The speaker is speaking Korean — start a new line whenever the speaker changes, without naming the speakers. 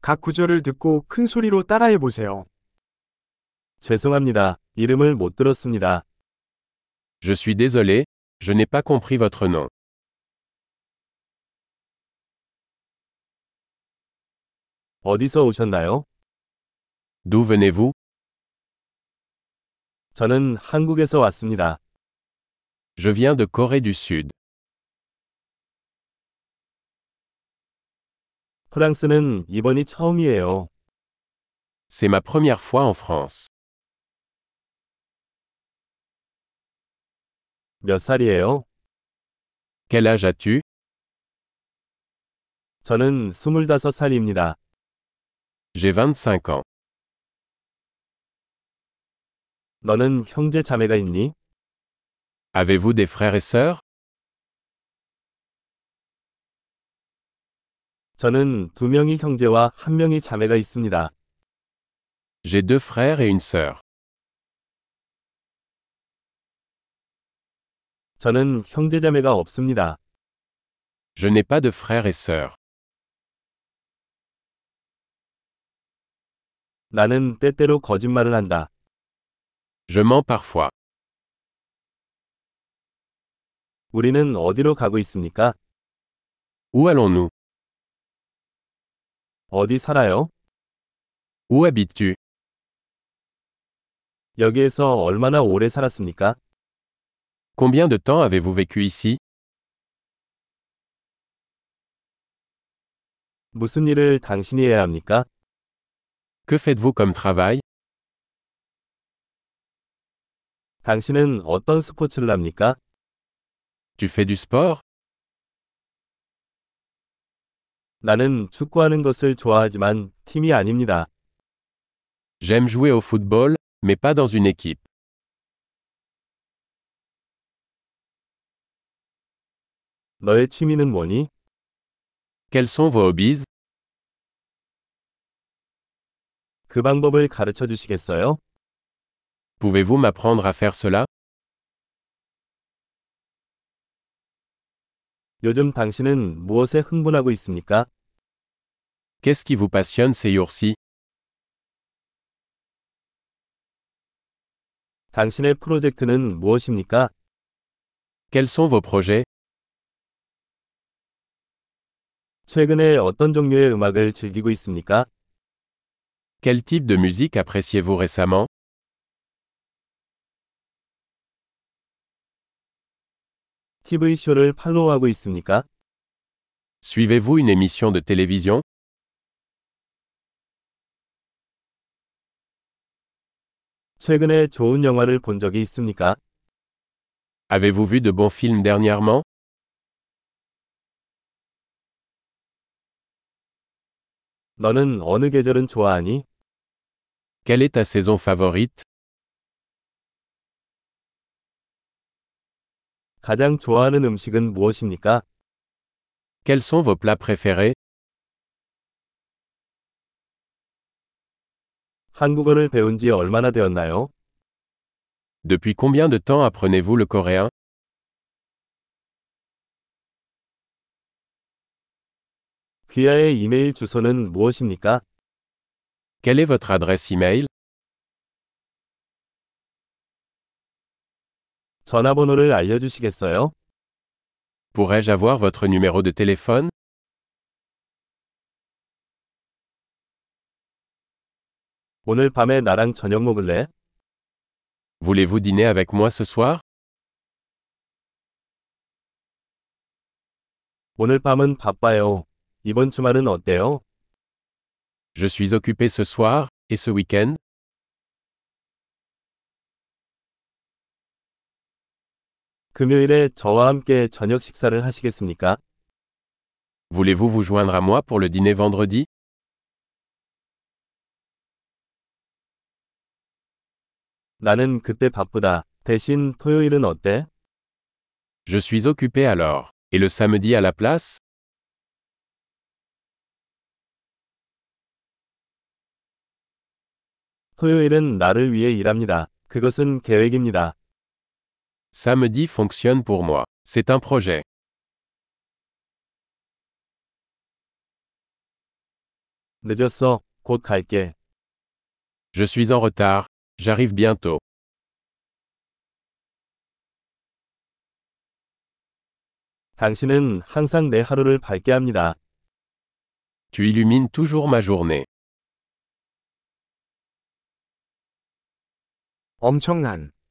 각 구절을 듣고 큰 소리로 따라해 보세요. 죄송합니다. 이름을 못 들었습니다.
Je suis désolé, je n'ai pas compris votre nom.
어디서 오셨나요?
D'où venez-vous
저는 한국에서 왔습니다.
Je viens de Corée du Sud.
프랑스는 이번이 처음이에요.
C'est ma première fois en France.
몇 살이에요?
Quel âge as-tu
저는 25살입니다.
J'ai 25 ans.
너는 형제 자매가 있니?
Avez-vous des frères et sœurs
저는 두 명이 형제와 한 명이 자매가 있습니다.
J'ai deux frères et une sœur.
저는 형제 자매가 없습니다.
Je n'ai pas de frères et sœurs.
나는 때때로 거짓말을 한다.
Je mens parfois.
우리는 어디로 가고 있습니까?
Où allons-nous
어디 살아요?
Où habites-tu
여기에서 얼마나 오래 살았습니까?
Combien de temps avez-vous vécu ici
무슨 일을 당신이 해야 합니까?
Que faites-vous comme travail
당신은 어떤 스포츠를 합니까?
Tu fais du sport
나는 축구하는 것을 좋아하지만 팀이 아닙니다.
J'aime jouer au football, mais pas dans une équipe.
너의 취미는 뭐니?
Quels sont vos hobbies
그 방법을 가르쳐 주시겠어요?
Pouvez-vous m'apprendre à faire cela
요즘 당신은 무엇에 흥분하고 있습니까?
Qu'est-ce qui vous passionne ces jours-ci
당신의 프로젝트는 무엇입니까?
Quels sont vos projets
최근에 어떤 종류의 음악을 즐기고 있습니까?
Quel type de musique appréciez-vous récemment
TV 쇼를 팔로우하고 있습니까?
Suivez-vous une émission de télévision
최근에 좋은 영화를 본 적이 있습니까?
Avez-vous vu de bons films dernièrement
너는 어느 계절은 좋아하니?
Quelle est ta saison favorite
가장 좋아하는 음식은 무엇입니까?
Quels sont vos plats préférés
한국어를 배운 지 얼마나 되었나요?
Depuis combien de temps apprenez-vous le coréen
귀하의 이메일 주소는 무엇입니까?
Quelle est votre adresse e-mail
전화번호를 알려주시겠어요?
Pourrais-je avoir votre numéro de téléphone
오늘 밤에 나랑 저녁 먹을래?
Voulez-vous dîner avec moi ce soir
오늘 밤은 바빠요. 이번 주말은 어때요?
Je suis occupé ce soir, et ce week-end
금요일에 저와 함께 저녁 식사를 하시겠습니까?
Voulez-vous vous joindre à moi pour le dîner vendredi
나는 그때 바쁘다. 대신 토요일은 어때?
Je suis occupé alors. Et le samedi à la place
토요일은 나를 위해 일합니다. 그것은 계획입니다.
Samedi fonctionne pour moi. C'est un projet.
늦었어. 곧 갈게.
Je suis en retard. J'arrive bientôt.
당신은 항상 내 하루를 밝게 합니다.
Tu illumines toujours ma journée.
엄청난